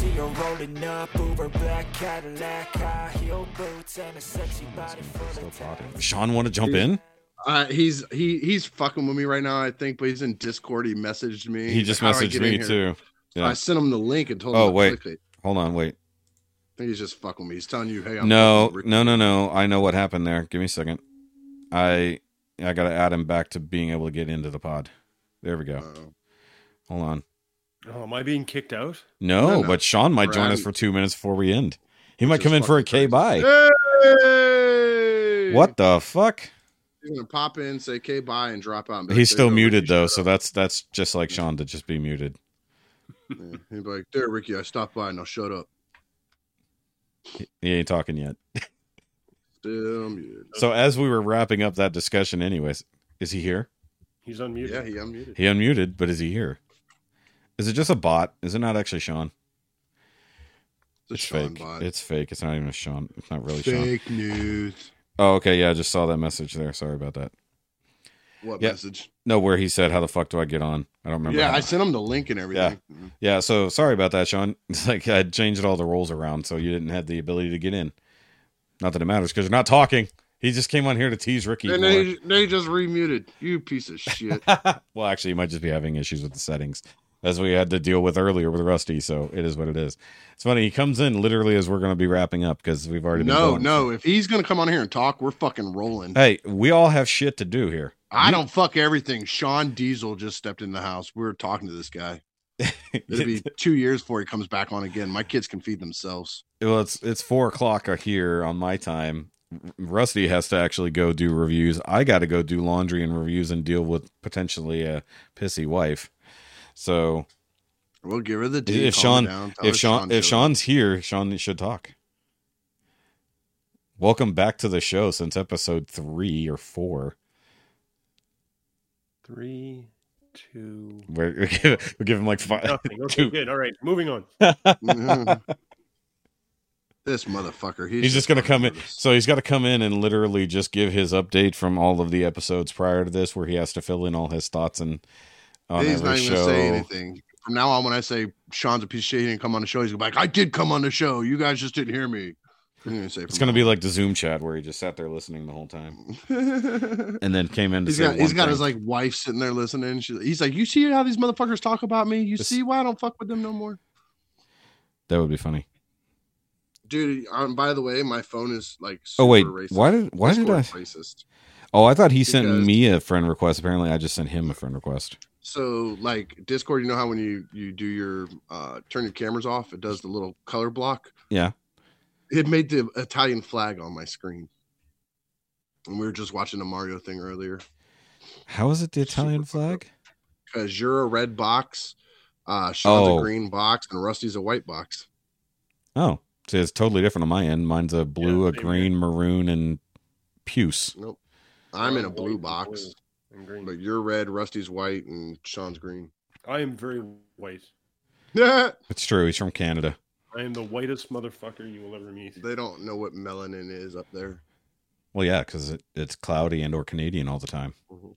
window rolling up, Uber black Cadillac, high heel boots, and a sexy body full of tattoos. Sean, want to jump in? Uh, he's he he's fucking with me right now. I think, but he's in Discord. He messaged me. He He's just like, "How do I messaged get me in here?" too. Yeah. I sent him the link and told him. Oh, to wait. click it. Hold on, wait. I think he's just fucking with me. He's telling you, hey, I'm No, fucking with no, no, no. I know what happened there. Give me a second. I I gotta add him back to being able to get into the pod. There we you." go. Uh-oh. Hold on. Oh, am I being kicked out? No, No, no. but Sean might join us Right. for two minutes before we end. He might is come in for a K Oh, fucking bye. Hey! What the fuck? He's gonna pop in, say "K, bye," and drop out. and be like, He's "There still you go, muted Ricky, though, so shut that's that's just like Sean to just be muted. up." Yeah. He'd be like, "There, Ricky, I stopped by. Now shut up." He ain't talking yet. Still muted. So as we were wrapping up that discussion, anyways, is he here? He's unmuted. Yeah, he unmuted. He unmuted, but is he here? Is it just a bot? Is it not actually Sean? It's, a It's Sean fake. bot. It's fake. It's not even a Sean. It's not really Sean. fake news. Oh, okay. Yeah, I just saw that message there. Sorry about that. What Yeah. message? No, where he said, "How the fuck do I get on?" I don't remember. yeah, how- I sent him the link and everything. Yeah. yeah. So sorry about that, Sean. It's like I changed all the roles around, so you didn't have the ability to get in. Not that it matters because you're not talking. He just came on here to tease Ricky. And more. they, they just remuted. You piece of shit. well, actually, you might just be having issues with the settings, as we had to deal with earlier with Rusty. So it is what it is. It's funny. He comes in literally as we're going to be wrapping up because we've already been no, going. no. If he's gonna come on here and talk, we're fucking rolling. Hey, we all have shit to do here. I don't fuck everything. Sean Diesel just stepped in the house. We were talking to this guy. It'll be two years before he comes back on again. My kids can feed themselves. well, it's it's four o'clock here on my time. Rusty has to actually go do reviews. I got to go do laundry and reviews and deal with potentially a pissy wife. So We'll give her the D. If calm Sean- down, tell if her Sean if showed up. Sean's here, Sean should talk. Welcome back to the show since episode three or four. Three, two, We're, we give, we give him like five. nothing. Okay, two. good. All right, moving on. Mhm. this motherfucker, he's, He's just gonna come in. nervous. So he's got to come in and literally just give his update from all of the episodes prior to this, where he has to fill in all his thoughts and on he's every not even show. gonna say anything. From now on, when I say Sean's a piece of shit, he didn't come on the show. He's gonna be like, I did come on the show. You guys just didn't hear me. He's gonna say It's gonna be like the Zoom chat where he just sat there listening the whole time be. and then came in. To He's say got he's one got thing. his like wife sitting there listening. She's, he's like, you see how these motherfuckers talk about me? You This- see why I don't fuck with them no more, that would be funny. dude. Um, by the way, my phone is like. Super Oh wait, racist. why did why did I? Discord's Racist. Oh, I thought he sent Because- me a friend request. Apparently, I just sent him a friend request. So like Discord, you know how when you you do your uh turn your cameras off, it does the little color block. Yeah. It made the Italian flag on my screen. And we were just watching the Mario thing earlier How is it the Super Italian fucked up. flag? because you're a red box, uh, Sean's Oh. a green box, and Rusty's a white box. Oh, see, it's totally different on my end. Mine's a blue, a same green, maroon, and puce. Nope. I'm in a White blue and box, blue and green. but you're red, Rusty's white, and Sean's green. I am very white. they It's true. He's from Canada. I am the whitest motherfucker you will ever meet. don't know what melanin is up there. Well, yeah, because it, it's cloudy and or Canadian all the time. Mm-hmm.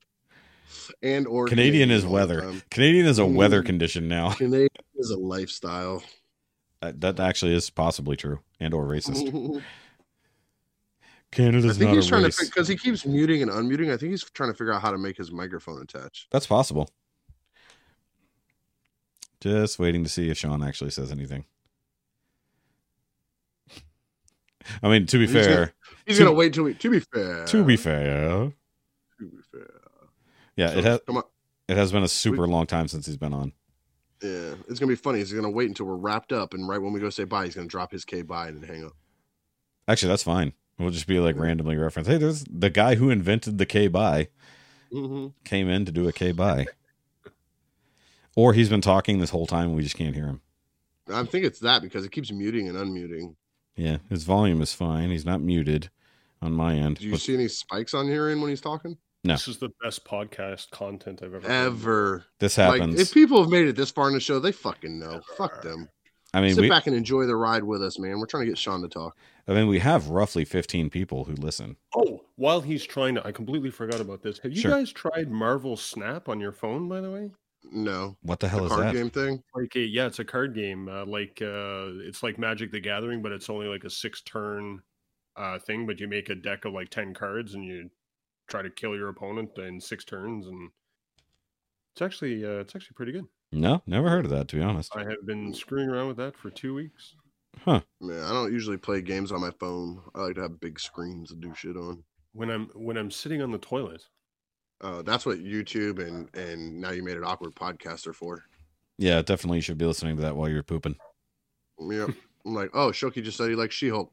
And or Canadian is all the weather. time. Canadian is a weather Mm. condition now. Canadian is a lifestyle. That, that actually is possibly true and or racist. I Canada's Mm. think not he's a trying to race. because he keeps muting and unmuting. I think he's trying to figure out how to make his microphone attach. That's possible. Just waiting to see if Sean actually says anything. I mean, to be He's fair, He's To- gonna wait till we. To be fair. to be fair, To be fair. yeah, it So, has come on. it has been a super long time since he's been on. Yeah, it's gonna be funny. He's gonna wait until we're wrapped up, and right when we go say bye, he's gonna drop his K bye and then hang up. Actually, that's fine. We'll just be like randomly reference. Hey, there's the guy who invented the K by Mm-hmm. came in to do a K by, or he's been talking this whole time and we just can't hear him. I think it's that because it keeps muting and unmuting. Yeah, his volume is fine. He's not muted on my end. Do you But see any spikes on here in when he's talking? No. This is the best podcast content I've ever. heard. Ever. this Like happens. if people have made it this far in the show, they fucking know. Fuck them. I mean, Sit we back and enjoy the ride with us, man. We're trying to get Sean to talk. I mean we have roughly 15 people who listen. Oh, while he's trying to, I completely forgot about this. Have you Sure. guys tried Marvel Snap on your phone, by the way? No. What the hell the is that? card game thing? Like a, yeah, it's a card game. Uh, like uh, it's like Magic the Gathering, but it's only like a six turn uh, thing. But you make a deck of like ten cards, and you try to kill your opponent in six turns, and it's actually uh, it's actually pretty good. No, never heard of that to be honest. I have been screwing around with that for two weeks. Man, I don't usually play games on my phone. I like to have big screens to do shit on. When I'm when I'm sitting on the toilet, Uh, that's what YouTube and and now you made it awkward podcast are for. Yeah, definitely you should be listening to that while you're pooping. Yep. I'm like, oh, Shoki just said he likes She-Hulk.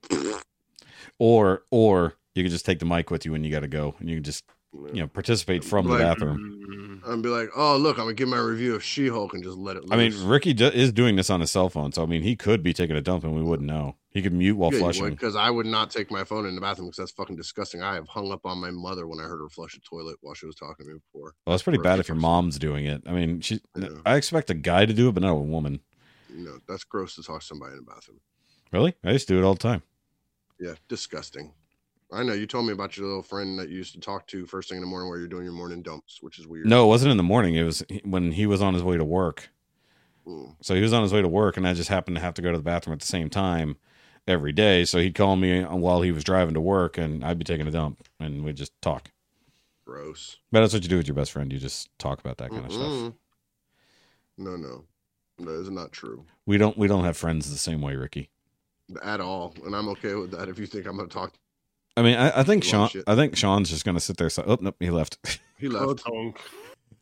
Or or you can just take the mic with you when you gotta go and you can just you know participate from the Like- bathroom. Mm. and be like, oh, look, I'm gonna give my review of She-Hulk and just let it. Loose. I mean, Ricky d- is doing this on his cell phone, so I mean, he could be taking a dump and we wouldn't know. He could mute while flushing. because I would not take my phone in the bathroom because that's fucking disgusting. I have hung up on my mother when I heard her flush the toilet while she was talking to me before. Well, that's pretty Or bad if if your it's- mom's doing it. I mean, she. Yeah. I expect a guy to do it, but not a woman. You know, that's gross to talk to somebody in the bathroom. Really? I used to do it all the time. Yeah, disgusting. I know you told me about your little friend that you used to talk to first thing in the morning while you're doing your morning dumps, which is weird. No, it wasn't in the morning. It was when he was on his way to work. Mm. So he was on his way to work, and I just happened to have to go to the bathroom at the same time every day. So he'd call me uh, while he was driving to work, and I'd be taking a dump, and we'd just talk. gross. But that's what you do with your best friend. You just talk about that kind of stuff. Mm-mm. No, no, that is not true We don't we don't have friends the same way, Ricky. at all, and I'm okay with that. If you think I'm gonna talk, I mean, I, I think Well, Sean. shit. I think Sean's just gonna sit there. So, oh nope, he left. he Oh, left. Tonk.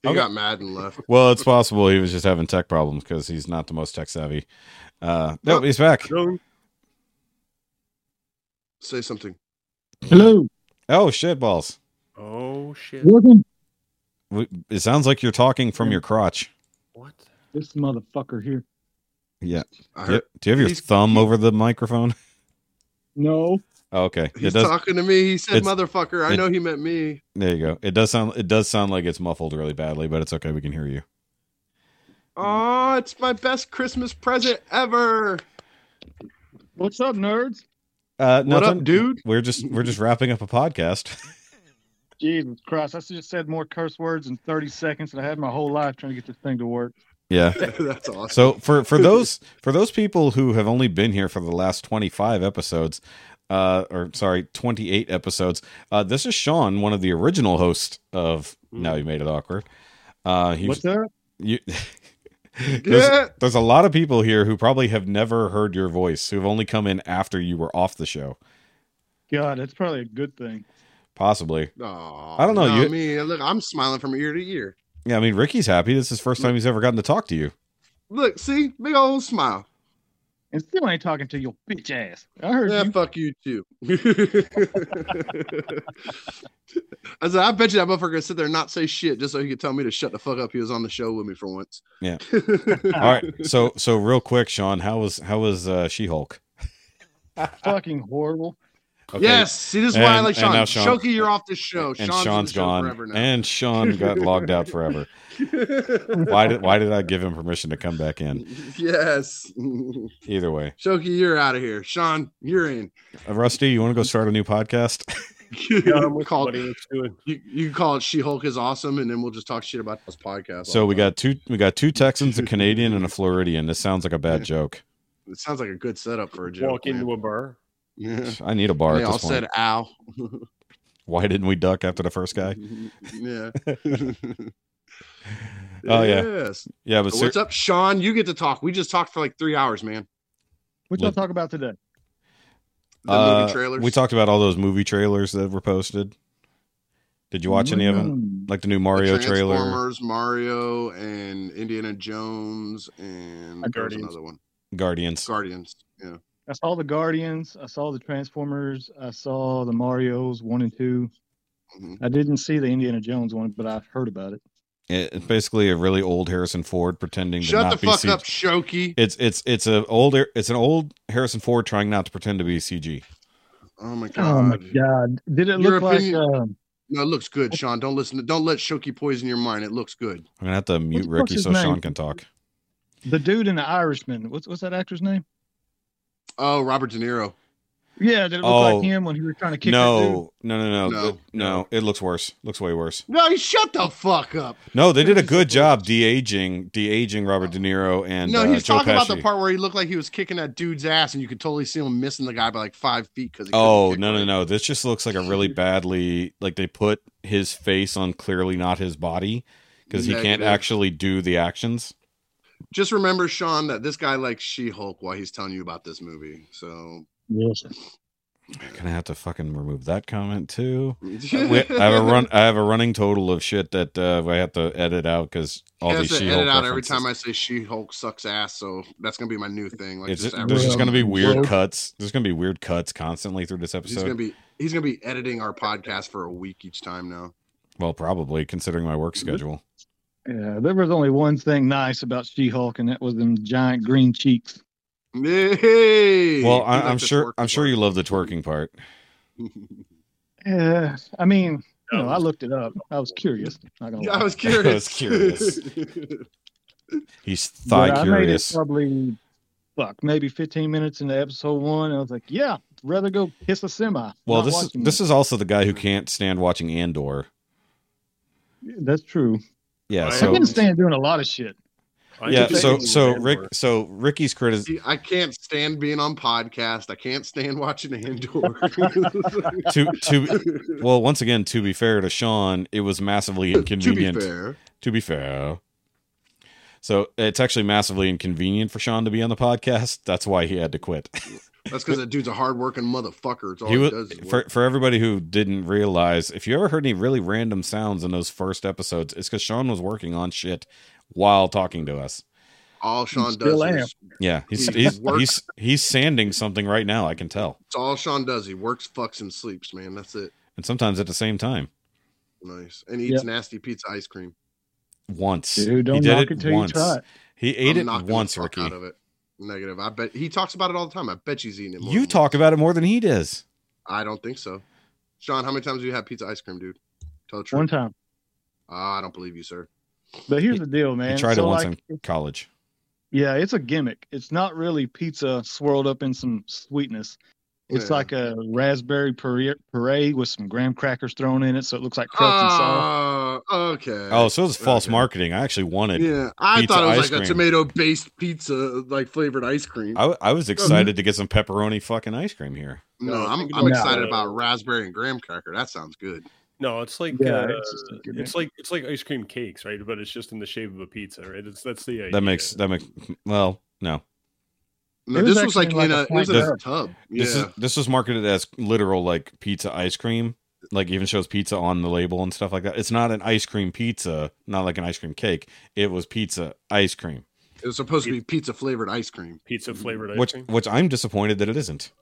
He Okay. got mad and left. well, it's possible he was just having tech problems because he's not the most tech savvy. Uh, nope, he's back. Tonk. Say something. Hello. Oh shit, balls! Oh shit! Welcome. We- It sounds like you're talking from your crotch. What? This motherfucker here. Yeah. I Do you, heard do you have your He's- thumb over the microphone? No. Oh, okay. It he's does. talking to me. He said, it's- "Motherfucker." I it- know he meant me. There you go. It does sound. It does sound like it's muffled really badly, but it's okay. We can hear you. Oh, it's my best Christmas present ever. What's up, nerds? Uh, What up, dude? We're just we're just wrapping up a podcast. Jesus Christ. I just said more curse words in 30 seconds than I had my whole life trying to get this thing to work. yeah. That's awesome. So for for those for those people who have only been here for the last 25 episodes uh or sorry 28 episodes uh this is Sean one of the original hosts of Now You Made It Awkward. Uh he What's that? you there's, Yeah. there's a lot of people here who probably have never heard your voice who've only come in after you were off the show God, that's probably a good thing. possibly. Aw, I don't know, no, you- me. Look, I'm smiling from ear to ear. Yeah, I mean Ricky's happy this is the first time he's ever gotten to talk to you. Look, see, big old smile. And still ain't talking to your bitch ass. I heard Yeah, you. fuck you too. I said, I bet you that motherfucker gonna sit there and not say shit just so he could tell me to shut the fuck up. He was on the show with me for once. Yeah. All right. So so real quick Sean, how was how was uh She-Hulk? Fucking horrible. Yes. See, this is why I And- like and Sean. now Sean- Shoki, you're off this show. and Sean's, on Sean's the show forever gone, now. and Sean got logged out forever. Why did Why did I give him permission to come back in? yes. Either way, Shoki, you're out of here. Sean, you're in. Uh, Rusty, you want to go start a new podcast? Yeah, I'm with Call- somebody that's doing- You, you can call it She Hulk is awesome, and then we'll just talk shit about this podcast. so all we the time. got two we got two Texans, a Canadian, and a Floridian. This sounds like a bad joke. It sounds like a good setup for a joke. walk into a bar. yeah. I need a bar They at all this point. said "ow." Why didn't we duck after the first guy? yeah. Oh yeah, Yes. yeah. But So ser- what's up, Sean? You get to talk. We just talked for like three hours, man. What y'all Look- talk about today? The uh, movie trailers. we talked about all those movie trailers that were posted. Did you watch any of them? Mm. Like the new The Mario trailer, Transformers, Mario, and Indiana Jones, and there was Guardians. another one, Guardians. Guardians. Yeah. I saw the Guardians. I saw the Transformers. I saw the Marios one and 2 Mhm. I didn't see the Indiana Jones one, but I've heard about it. It- It's basically a really old Harrison Ford pretending to Shut not the be fuck CG. up, Shoki. It's it's it's a old it's an old Harrison Ford trying not to pretend to be CG. Oh my Oh my god. God! Did it Your look like? opinion- Um, No, it looks good, Sean. Don't listen. To, don't let Shoki poison your mind. It looks good. I'm gonna have to mute fuck's Ricky his so Sean name? can talk. uh, The dude in the Irishman. What's what's that actor's name? Oh, Robert De Niro. Yeah, did it look Oh. like him when he was trying to kick that dude? No, no, no, no, No. no, no. It looks worse. Looks way worse. No, shut the fuck up. No, they did a good job de aging, de aging Robert De Niro and no, uh, he's Joe talking about the Pesci. part where he looked like he was kicking that dude's ass, and you could totally see him missing the guy by like five feet because. Oh no no no! This just looks like a really badly like they put his face on clearly not his body because he can't Negative. actually do the actions. Just remember, Sean, that this guy likes She-Hulk while he's telling you about this movie. So Gonna have to fucking remove that comment too. we, We- I have a run. I have a running total of shit that uh, I have to edit out because all has these to she edit out every time I say She-Hulk sucks ass. So that's gonna be my new thing. Like, It's just just, every- there's just gonna be weird Bloke. cuts. There's gonna be weird cuts constantly through this he's gonna episode. be he's gonna be editing our podcast for a week each time now. Well, probably considering my work schedule. Yeah, there was only one thing nice about She-Hulk, and that was them giant green cheeks. Hey! Well, He I, likes I'm to sure. twerk I'm as sure well. you love the twerking part. Yeah, I mean, you know, That I was- looked it up. I was curious. Not gonna Yeah, lie. I was curious. I was curious. He's But thigh I made it curious. probably, fuck, maybe 15 minutes into episode one. And I was like, yeah, I'd rather go piss a semi. Well, this is this is also the guy who can't stand watching Andor. That's true. Yeah. I I So can stand doing a lot of shit. I yeah. just So think so it's Rick. more- So Ricky's criticism. See, I can't stand being on podcast. I can't stand watching Andor. to to well once again to be fair to sean it was massively inconvenient To be fair, To be fair. so it's actually massively inconvenient for sean to be on the podcast that's why he had to quit that's because that dude's a hardworking motherfucker. It's all he he, was does. Is for, work. for everybody who didn't realize if you ever heard any really random sounds in those first episodes it's because sean was working on shit while talking to us all Sean does. still am. Is, yeah he's He he's, works. he's he's sanding something right now i can tell it's all Sean does. He works, fucks, and sleeps. Man, that's it. and sometimes at the same time Nice. And he eats nasty pizza ice cream. once Dude, don't he did knock it, it till you once try it. he ate I'm it knocking the once fuck ricky Out of it. Negative. I bet he talks about it all the time. I bet she's eating it. More you than talk once. about it more than he does I don't think so. Sean, how many times have you had pizza ice cream, dude? Tell the truth. One time. Ah, I don't believe you, sir. But here's the deal, man. He tried So, it once like, in college. Yeah, it's a gimmick. It's not really pizza swirled up in some sweetness. It's Yeah. like a raspberry puree, puree with some graham crackers thrown in it, so it looks like crust and sauce. Oh, okay. Oh, so it was false Okay. marketing. I actually wanted. yeah. I pizza thought it ice was like cream. a tomato based pizza, like flavored ice cream. I, w- I was excited to get some pepperoni fucking ice cream here. no, No, I'm, think I'm about excited that. about raspberry and graham cracker. That sounds good. no, it's like Yeah, uh, it's just a it's, gimmick. like it's like ice cream cakes, right? But it's just in the shape of a pizza, right? It's that's the idea. That makes that makes well no. No, It was this was like, actually like in a a, it was in flat a tub. Yeah. This is this was marketed as literal like pizza ice cream. Like even shows pizza on the label and stuff like that. It's not an ice cream pizza, not like an ice cream cake. It was pizza ice cream, it was supposed to be pizza flavored ice cream. pizza flavored ice which cream. which I'm disappointed that it isn't.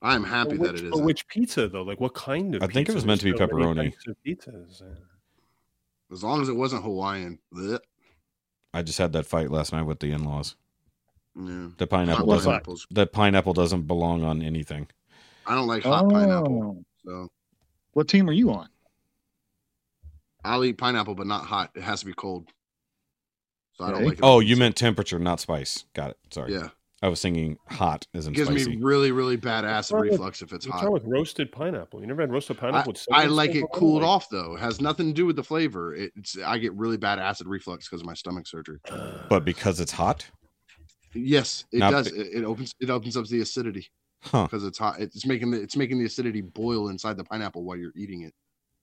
I'm But happy which, that it but is. which pizza though? Like what kind of? I think it pizza? was meant There's to be so many pepperoni. types of pizzas. uh, As long as it wasn't Hawaiian. Blech. I just had that fight last night with the in-laws. Yeah. The pineapple Hot What doesn't. fight? pineapples. The pineapple doesn't belong on anything. I don't like hot pineapple. Oh. So What team are you on? I'll eat pineapple, but not hot. It has to be cold. So I don't Okay. like it. Oh, you meant temperature, not spice. Got it. Sorry. Yeah. I was singing hot as in It gives spicy. me really, really bad What's acid wrong with- reflux if it's What's wrong hot. with roasted pineapple? You never had roasted pineapple? with I cinnamon like stuff it on cooled Like- off though. It has nothing to do with the flavor. It's I get really bad acid reflux because of my stomach surgery. but because it's hot? Yes, it Not does. be- It, it opens it opens up the acidity Huh. because it's hot. It's making the it's making the acidity boil inside the pineapple while you're eating it.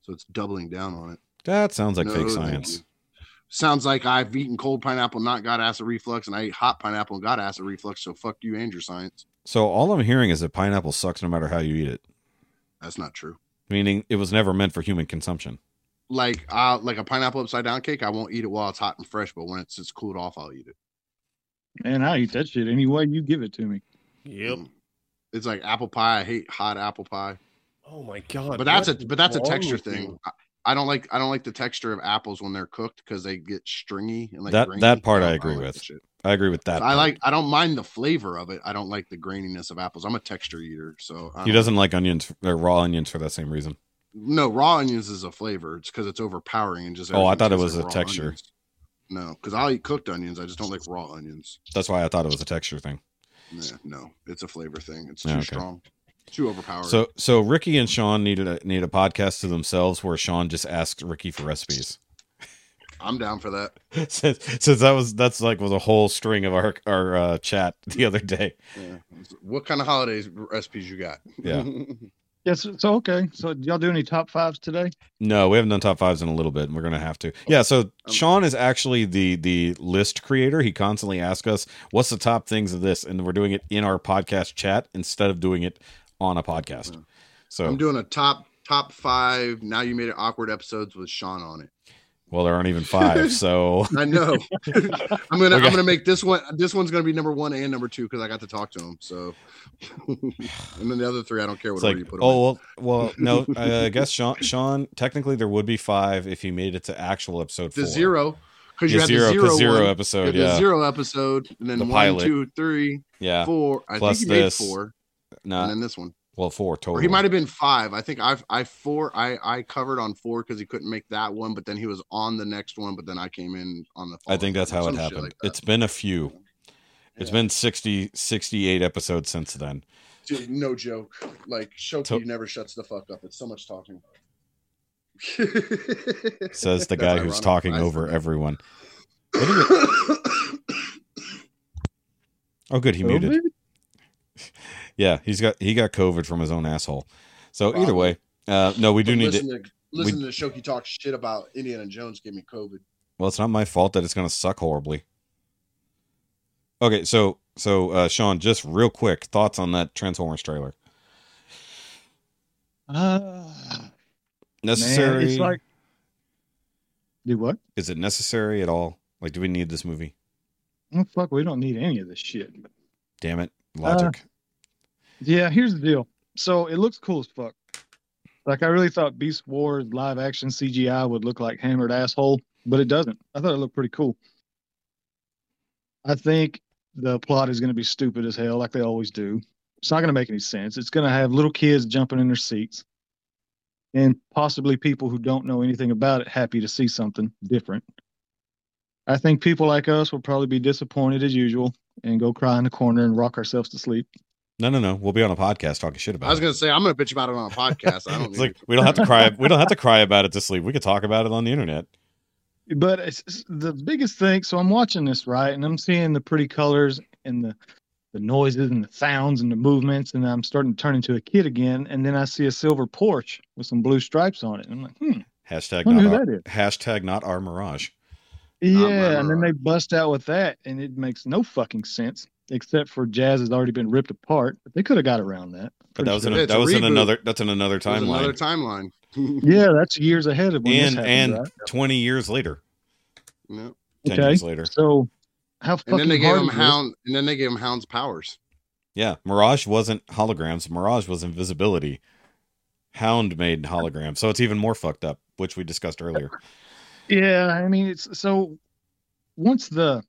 So it's doubling down on it. That sounds like No, fake thank science. you. Sounds like I've eaten cold pineapple, not got acid reflux, and I ate hot pineapple and got acid reflux. So fuck you and your science. So all I'm hearing is that pineapple sucks no matter how you eat it. That's not true. Meaning it was never meant for human consumption. Like uh, like a pineapple upside down cake, I won't eat it while it's hot and fresh, but when it's it's cooled off, I'll eat it. Man, I eat that shit any way you give it to me. Yep. Mm. It's like apple pie. I hate hot apple pie, Oh my god. but that's a what is but that's a wrong texture with thing. you? I, I don't like I don't like the texture of apples when they're cooked because they get stringy and like That- grainy. that part I don't- agree like with. that shit. I agree with that. I like I don't mind the flavor of it. I don't like the graininess of apples. I'm a texture eater, so I He don't- doesn't like onions or raw onions for that same reason. No, raw onions is a flavor. It's because it's overpowering and just. Oh, I thought it everything was tastes a like raw texture. onions. No, because I'll eat cooked onions. I just don't like raw onions. That's why I thought it was a texture thing. Nah, no, it's a flavor thing. It's too Yeah, okay. strong. Too overpowered. So so Ricky and Sean needed a, need a podcast to themselves where Sean just asks Ricky for recipes. I'm down for that. since, since that was that's like was a whole string of our our uh, chat the other day. Yeah. What kind of holidays recipes you got? Yeah. Yes. So okay. So did y'all do any top fives today? No, we haven't done top fives in a little bit, and we're gonna have to. Yeah, so Sean is actually the the list creator. He constantly asks us what's the top things of this, and we're doing it in our podcast chat instead of doing it on a podcast. So I'm doing a top top five. Now you made it awkward episodes with Sean on it. well, there aren't even five. So I know. I'm gonna Okay. I'm gonna make this one. This one's gonna be number one and number two because I got to talk to him. So, and then the other three I don't care what it's order like, you put. 'em in. oh well, well, no, I guess Sean. Sean, technically, there would be five if he made it to actual episode the four. zero because you The had zero, the zero, the zero one, you episode. had Yeah, the zero episode, and then The one, pilot. two, three, yeah. four. I Plus think he this, made four, Nah, and then this one. well, four total. Or he might have been five. I think I I four I I covered on four because he couldn't make that one, but then he was on the next one. But then I came in on the. I think following that's one, how it some shit happened. like that. it's been a few. It's Yeah. been 60, 68 episodes since then. Dude, no joke. Like Shoki To- never shuts the fuck up. It's so much talking. Says the That's guy who's ironic. talking I over said everyone. that. Oh, good, he muted. Covid? Yeah, he's got he got COVID from his own asshole. So either way, uh, no, we do But need to. listen to, listen to Shoki talk shit about Indiana Jones gave me COVID. Well, it's not my fault that it's going to suck horribly. Okay, so so uh, Sean, just real quick thoughts on that Transformers trailer? Uh, Necessary? Man, it's like. Do what? Is it necessary at all? Like, do we need this movie? Oh, fuck, we don't need any of this shit. Damn it, logic. Uh, Yeah, here's the deal. So it looks cool as fuck. Like I really thought Beast Wars live action CGI would look like hammered asshole, but it doesn't. I thought it looked pretty cool. I think the plot is going to be stupid as hell, like they always do. It's not going to make any sense. It's going to have little kids jumping in their seats, and possibly people who don't know anything about it happy to see something different. I think people like us will probably be disappointed as usual and go cry in the corner and rock ourselves to sleep. no, no, no. We'll be on a podcast talking shit about. I was it. gonna say I'm gonna bitch about it on a podcast. I don't it's need like we don't have to cry. We don't have to cry about it to sleep. We could talk about it on the internet. but it's, it's the biggest thing. So I'm watching this right, and I'm seeing the pretty colors and the the noises and the sounds and the movements, and I'm starting to turn into a kid again. And then I see a silver Porsche with some blue stripes on it, and I'm like, hmm, Hashtag wonder not who our, that is. hashtag not our mirage. my Yeah, and then mirage. they bust out with that, and it makes no fucking sense. Except for Jazz has already been ripped apart. But they could have got around that. But Pretty that was in sure. a, It's that a was in reboot. another that's in another There's another timeline timeline. yeah, that's years ahead of when this and happened, and right? twenty years later, No. ten Okay. years later. So how fucking And then they gave hard him is this? hound. And then they gave him hound's powers. Yeah, Mirage wasn't holograms. Mirage was invisibility. Hound made holograms, so it's even more fucked up, which we discussed earlier. Yeah, I mean it's so once the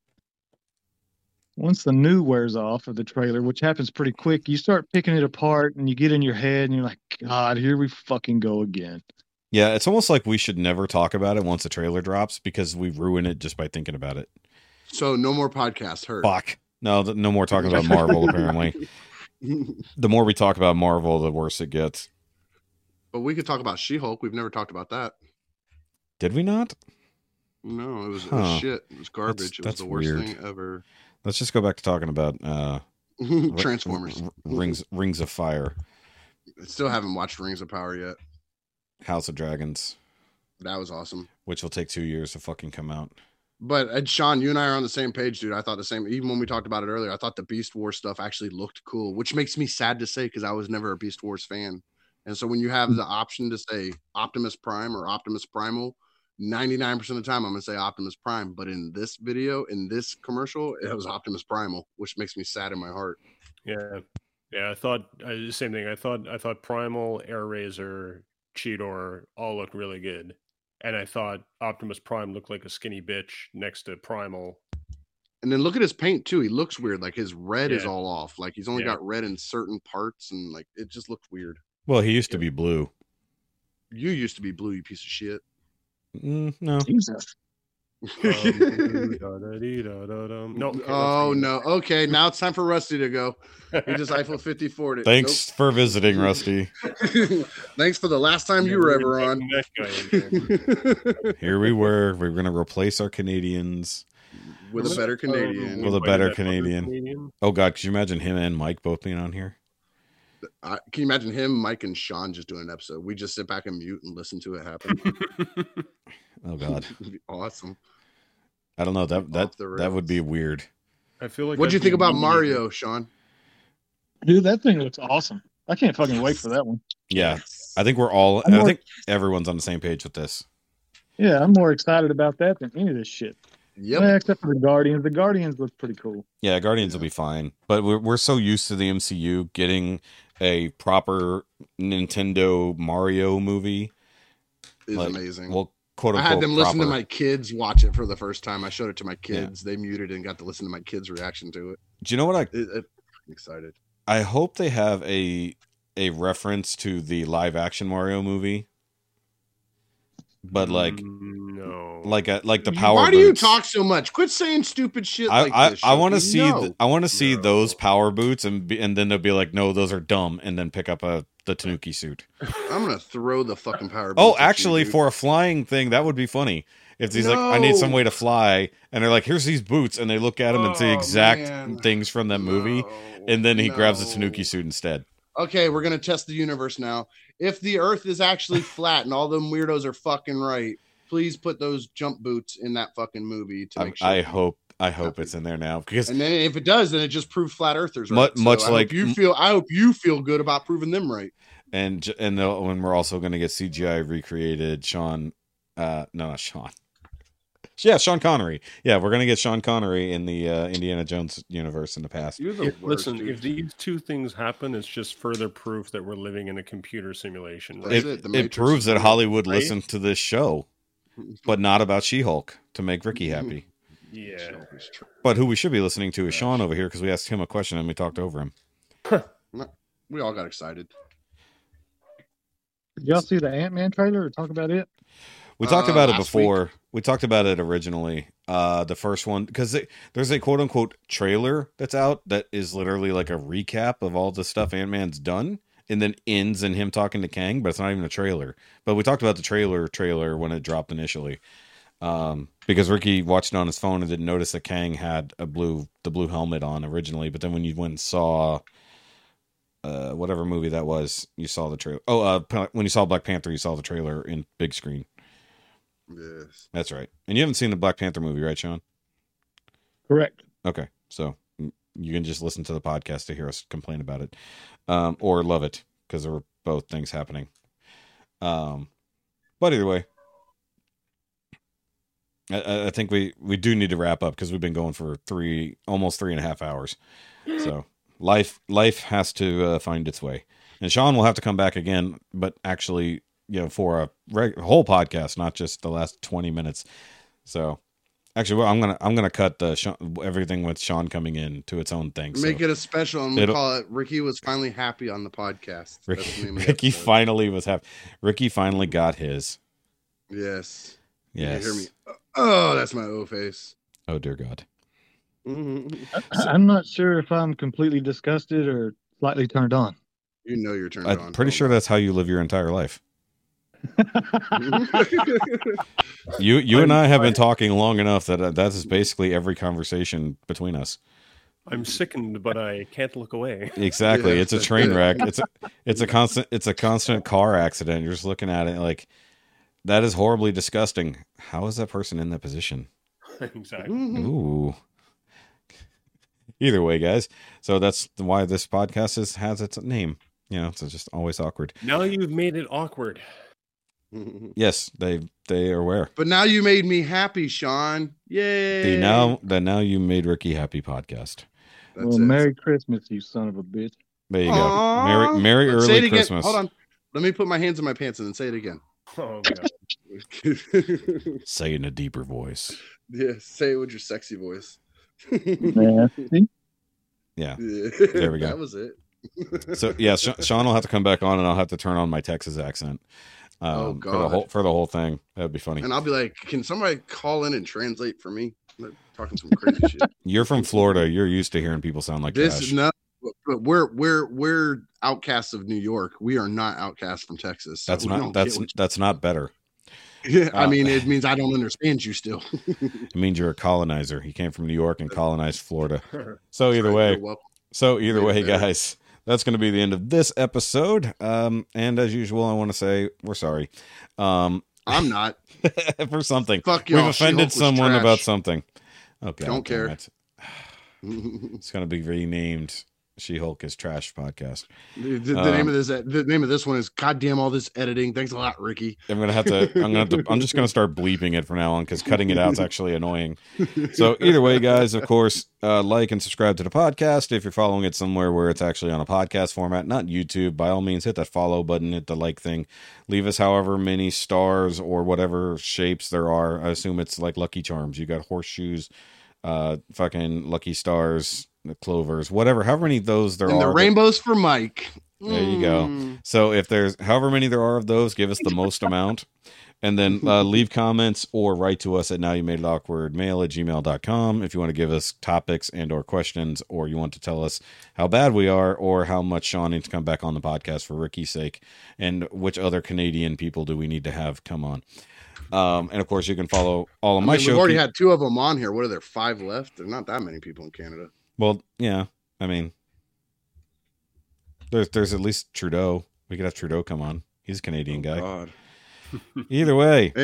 once the new wears off of the trailer, which happens pretty quick, you start picking it apart and you get in your head and you're like, God, here we fucking go again. Yeah, it's almost like we should never talk about it once the trailer drops because we ruin it just by thinking about it. So no more podcasts. Heard. Fuck. No, th- no more talking about Marvel. Apparently, the more we talk about Marvel, the worse it gets. but we could talk about She-Hulk. We've never talked about that. Did we not? No, it was, it Huh. was shit. It was garbage. it was that's the worst weird. thing ever. Let's just go back to talking about uh, Ri- Transformers. R- Rings, Rings of Fire, I still haven't watched Rings of Power yet. House of Dragons. That was awesome. which will take two years to fucking come out. But and Sean, you and I are on the same page, dude. I thought the same. Even when we talked about it earlier, I thought the Beast Wars stuff actually looked cool, which makes me sad to say because I was never a Beast Wars fan. And so when you Mm. have the option to say Optimus Prime or Optimus Primal, ninety nine percent of the time I'm gonna say Optimus Prime. But in this video, in this commercial, it was Optimus Primal, which makes me sad in my heart. Yeah, yeah. I thought I, same thing. I thought I thought Primal, Air Razor, Cheetor all looked really good, and I thought Optimus Prime looked like a skinny bitch next to Primal. And then look at his paint too. He looks weird. Like his red is Yeah. all off. Like he's only Yeah. got red in certain parts, and like it just looked weird. Well, he used to be blue. You used to be blue, you piece of shit. Mm, no, Jesus. Um, da-da-dee-da-da-dum. no. okay, that's oh good. no. Okay, now it's time for Rusty to go. He just Eiffel 50 40. Thanks for visiting, Rusty. Thanks for the last time you were ever on. That guy in there. Here we were. We were going to replace our Canadians. With a uh, better Canadian. With a better That other Canadian. Oh God, could you imagine him and Mike both being on here? I, can you imagine him, Mike, and Sean just doing an episode? We just sit back and mute and listen to it happen. Oh God, It'd be awesome. I don't know. That that Off the that would be rails. weird. I feel like. What'd you that'd think be about mean. Mario, Sean? Dude, that thing looks awesome. I can't fucking wait for that one. Yeah, I think we're all. I'm I more- think everyone's on the same page with this. Yeah, I'm more excited about that than any of this shit. Yep. Eh, except for the Guardians. The Guardians look pretty cool. Yeah, Guardians will be fine, but we're we're so used to the MCU getting a proper Nintendo Mario movie. Is like, amazing. Well, quote Mm. I unquote. had them listen to proper. my kids watch it for the first time. I showed it to my kids. They muted and got to listen to my kids' reaction to it. Do you know what I It- it- I'm excited. I hope they have a a reference to the live action Mario movie. But like no. like a like the power Why do Mm. you boots. talk so much? Quit saying stupid shit. I, like I, this, I want to Shoki. see No. th- I want to see No. those power boots and be, and then they'll be like no those are dumb and then pick up a the tanuki suit. I'm gonna throw the fucking power. Oh, boots at you, actually dude. for a flying thing that would be funny. If he's like I need some No. way to fly and they're like here's these boots and they look at him and see Oh, exact man. things from that movie No. and then he grabs the No. tanuki suit instead. Okay, we're gonna test the universe now. If the Earth is actually flat and all them weirdos are fucking right, please put those jump boots in that fucking movie to I, make sure. I hope I hope it's in there now because And then if it does, then it just proves flat earthers Mu- right. So much I hope like- you feel, I hope you feel good about proving them right. and j- and the, when we're also going to get CGI recreated, Sean, uh, no, not Sean, yeah, Sean Connery, yeah, we're going to get Sean Connery in the uh, Indiana Jones universe in the past. You're the If- listen, dude. if these two things happen, it's just further proof that we're living in a computer simulation. That's It, it, the it Matrix proves is that real, Hollywood right? listened to this show, but not about She Hulk to make Ricky Mm-hmm. happy. yeah. But who we should be listening to is Sean over here because we asked him a question and we talked over him. we all got excited. Did y'all see the Ant Man trailer or talk about it? We talked Uh, about it last before. We talked about it originally. Uh, the first one because there's a quote unquote trailer that's out that is literally like a recap of all the stuff Ant Man's done, and then ends in him talking to Kang, but it's not even a trailer. But we talked about the trailer trailer when it dropped initially, um, because Ricky watched it on his phone and didn't notice that Kang had a blue the blue helmet on originally, but then when you went and saw. Uh, whatever movie that was, you saw the trailer. Oh, uh, when you saw Black Panther, you saw the trailer in big screen. Yes. That's right. And you haven't seen the Black Panther movie, right, Sean? Correct. Okay. So mm, you can just listen to the podcast to hear us complain about it um, or love it because there were both things happening. Um, but either way, I- I, I think we, we do need to wrap up because we've been going for three, almost three and a half hours. So life, life has to uh, find its way. And Sean will have to come back again, but actually, you know, for a reg- whole podcast, not just the last 20 minutes. So actually, well, I'm going to, I'm going to cut the Sean, everything with Sean coming in to its own thing. so- Make it a special and we It'll- call it Ricky was finally happy on the podcast. That's the Ricky, name of the Ricky episode. finally was happy. Ricky finally got his. Yes. You Yes. hear me? Oh, that's my O face. Oh dear God. Mhm. I, I'm not sure if I'm completely disgusted or slightly turned on. You know you're turned I'm on. pretty sure that's how you live your entire life. You, you and I have been talking long enough that uh, that is basically every conversation between us. I'm sickened, but I can't look away. Exactly. Yeah, it's a that's train it. wreck. It's a, it's a constant, it's a constant car accident. You're just looking at it like that is horribly disgusting. How is that person in that position? exactly. Mhm. Ooh. Either way, guys. So that's why this podcast is, has its name. You know, it's just always awkward. Now you've made it awkward. Yes, they they are aware. But now you made me happy, Sean. Yay. The now the now you made Ricky happy podcast. That's well, it. Merry Christmas, you son of a bitch. There you Aw. go. Merry Merry Say it early again. Christmas. Hold on. Let me put my hands in my pants and then say it again. Oh, God. Say it in a deeper voice. yeah, say it with your sexy voice. Yeah. See? Yeah. There we go. That was it. So yeah, Sha- Sean will have to come back on, and I'll have to turn on my Texas accent. Um, Oh, for the God. whole for the whole thing. That'd be funny. And I'll be like, can somebody call in and translate for me? I'm talking some crazy shit. You're from Florida. You're used to hearing people sound like This Cash. is not. But we're we're we're outcasts of New York. We are not outcasts from Texas. so that's we not don't get that's what that's not better. you- I uh, mean, it means I don't understand you still. It means you're a colonizer. He came from New York and colonized Florida. So either You're way, welcome. so either Way way, better. guys, that's going to be the end of this episode. Um, and as usual, I want to say we're sorry, um, I'm not. for something. Fuck y'all. We've offended She-Hulk was someone about trash. something. Oh, Okay, Don't care. It's going to be renamed. She Hulk is trash podcast. the, the Um, name of this. The name of this one is "Goddamn All This Editing." Thanks a lot, Ricky. I'm gonna have to. I'm gonna. Have to, I'm just gonna start bleeping it from now on because cutting it out is actually annoying. So either way, guys, of course, uh, like and subscribe to the podcast. If you're following it somewhere where it's actually on a podcast format, not YouTube, by all means, hit that follow button, hit the like thing, leave us however many stars or whatever shapes there are. I assume it's like Lucky Charms. You got horseshoes, uh, fucking Lucky Stars, clovers, whatever. However many of those there and are. the rainbows for Mike. There you go. Mm. So if there's however many there are of those, give us the most amount. And then uh, leave comments or write to us at now you made it awkward mail at gmail.com if you want to give us topics and or questions or you want to tell us how bad we are or how much Sean needs to come back on the podcast for Ricky's sake and which other Canadian people do we need to have come on. Um, and of course you can follow all of I my mean, shows. we've already had two of them on here. What are there? Five left? There's not that many people in Canada. Well, yeah. I mean, there's there's at least Trudeau. We could have Trudeau come on. He's a Canadian guy. Oh, God. Either way,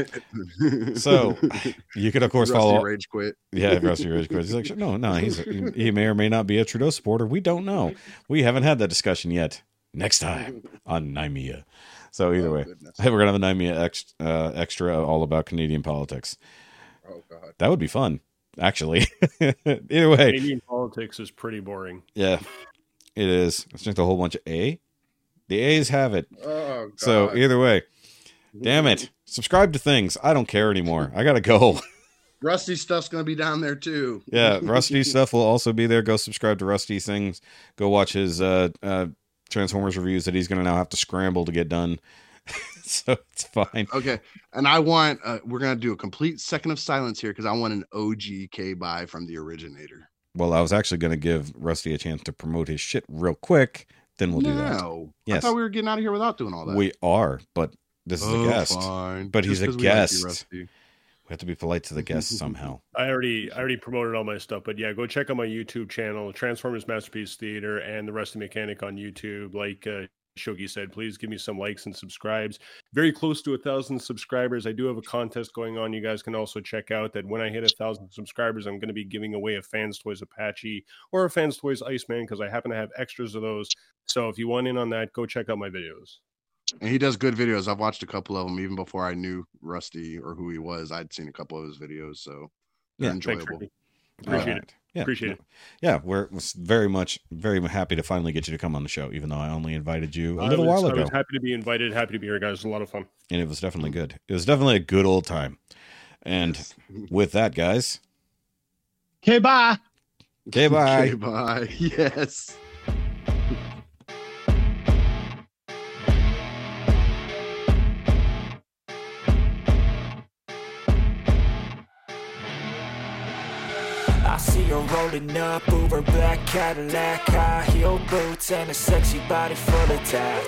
so of you could of course Rusty follow. Rage quit. Yeah, Rusty Ridge Quiz. He's like, no, no, he's he may or may not be a Trudeau supporter. We don't know. We haven't had that discussion yet. Next time on Nymea. So either Oh, way, goodness. hey, we're gonna have a Nymea ex, uh, extra all about Canadian politics. Oh God. That would be fun, actually. either way, Canadian politics is pretty boring. Yeah, it is. It's just a whole bunch of A. The A's have it. Oh God. So either way, damn it. Subscribe to things. I don't care anymore. I gotta go. Rusty stuff's gonna be down there too. yeah, Rusty stuff will also be there. Go subscribe to Rusty's things. Go watch his uh, uh, Transformers reviews that he's gonna now have to scramble to get done. so it's fine. Okay, and I want uh, we're gonna do a complete second of silence here because I want an OG K buy from the originator. Well, I was actually gonna give Rusty a chance to promote his shit real quick. Then we'll do that. no, Yes. I thought we were getting out of here without doing all that. We are, but this is Oh, a guest. fine. But he's a 'cause we like you, guest. Rusty. We have to be polite to the guests somehow. I already I already promoted all my stuff, but yeah, go check out my YouTube channel, Transformers Masterpiece Theater, and the Rusty Mechanic on YouTube. Like uh, Shogi said, please give me some likes and subscribes. Very close to a thousand subscribers. I do have a contest going on. You guys can also check out that when I hit a thousand subscribers, I'm going to be giving away a Fans Toys Apache or a Fans Toys Iceman because I happen to have extras of those. So if you want in on that, go check out my videos. And he does good videos. I've watched a couple of them even before I knew Rusty or who he was. I'd seen a couple of his videos, so they're Yeah, Thanks, enjoyable. Ricky. Appreciate it. Alright. Yeah, Appreciate it. Yeah, we're was very much, very happy to finally get you to come on the show, even though I only invited you a little I was, while I ago, was happy to be invited. Happy to be here, guys. It was a lot of fun. and it was definitely good. It was definitely a good old time. And with that, guys, Okay, bye. okay, bye. Okay, bye. Yes. I see her rolling up, Uber black Cadillac, high heel boots, and a sexy body full of tat.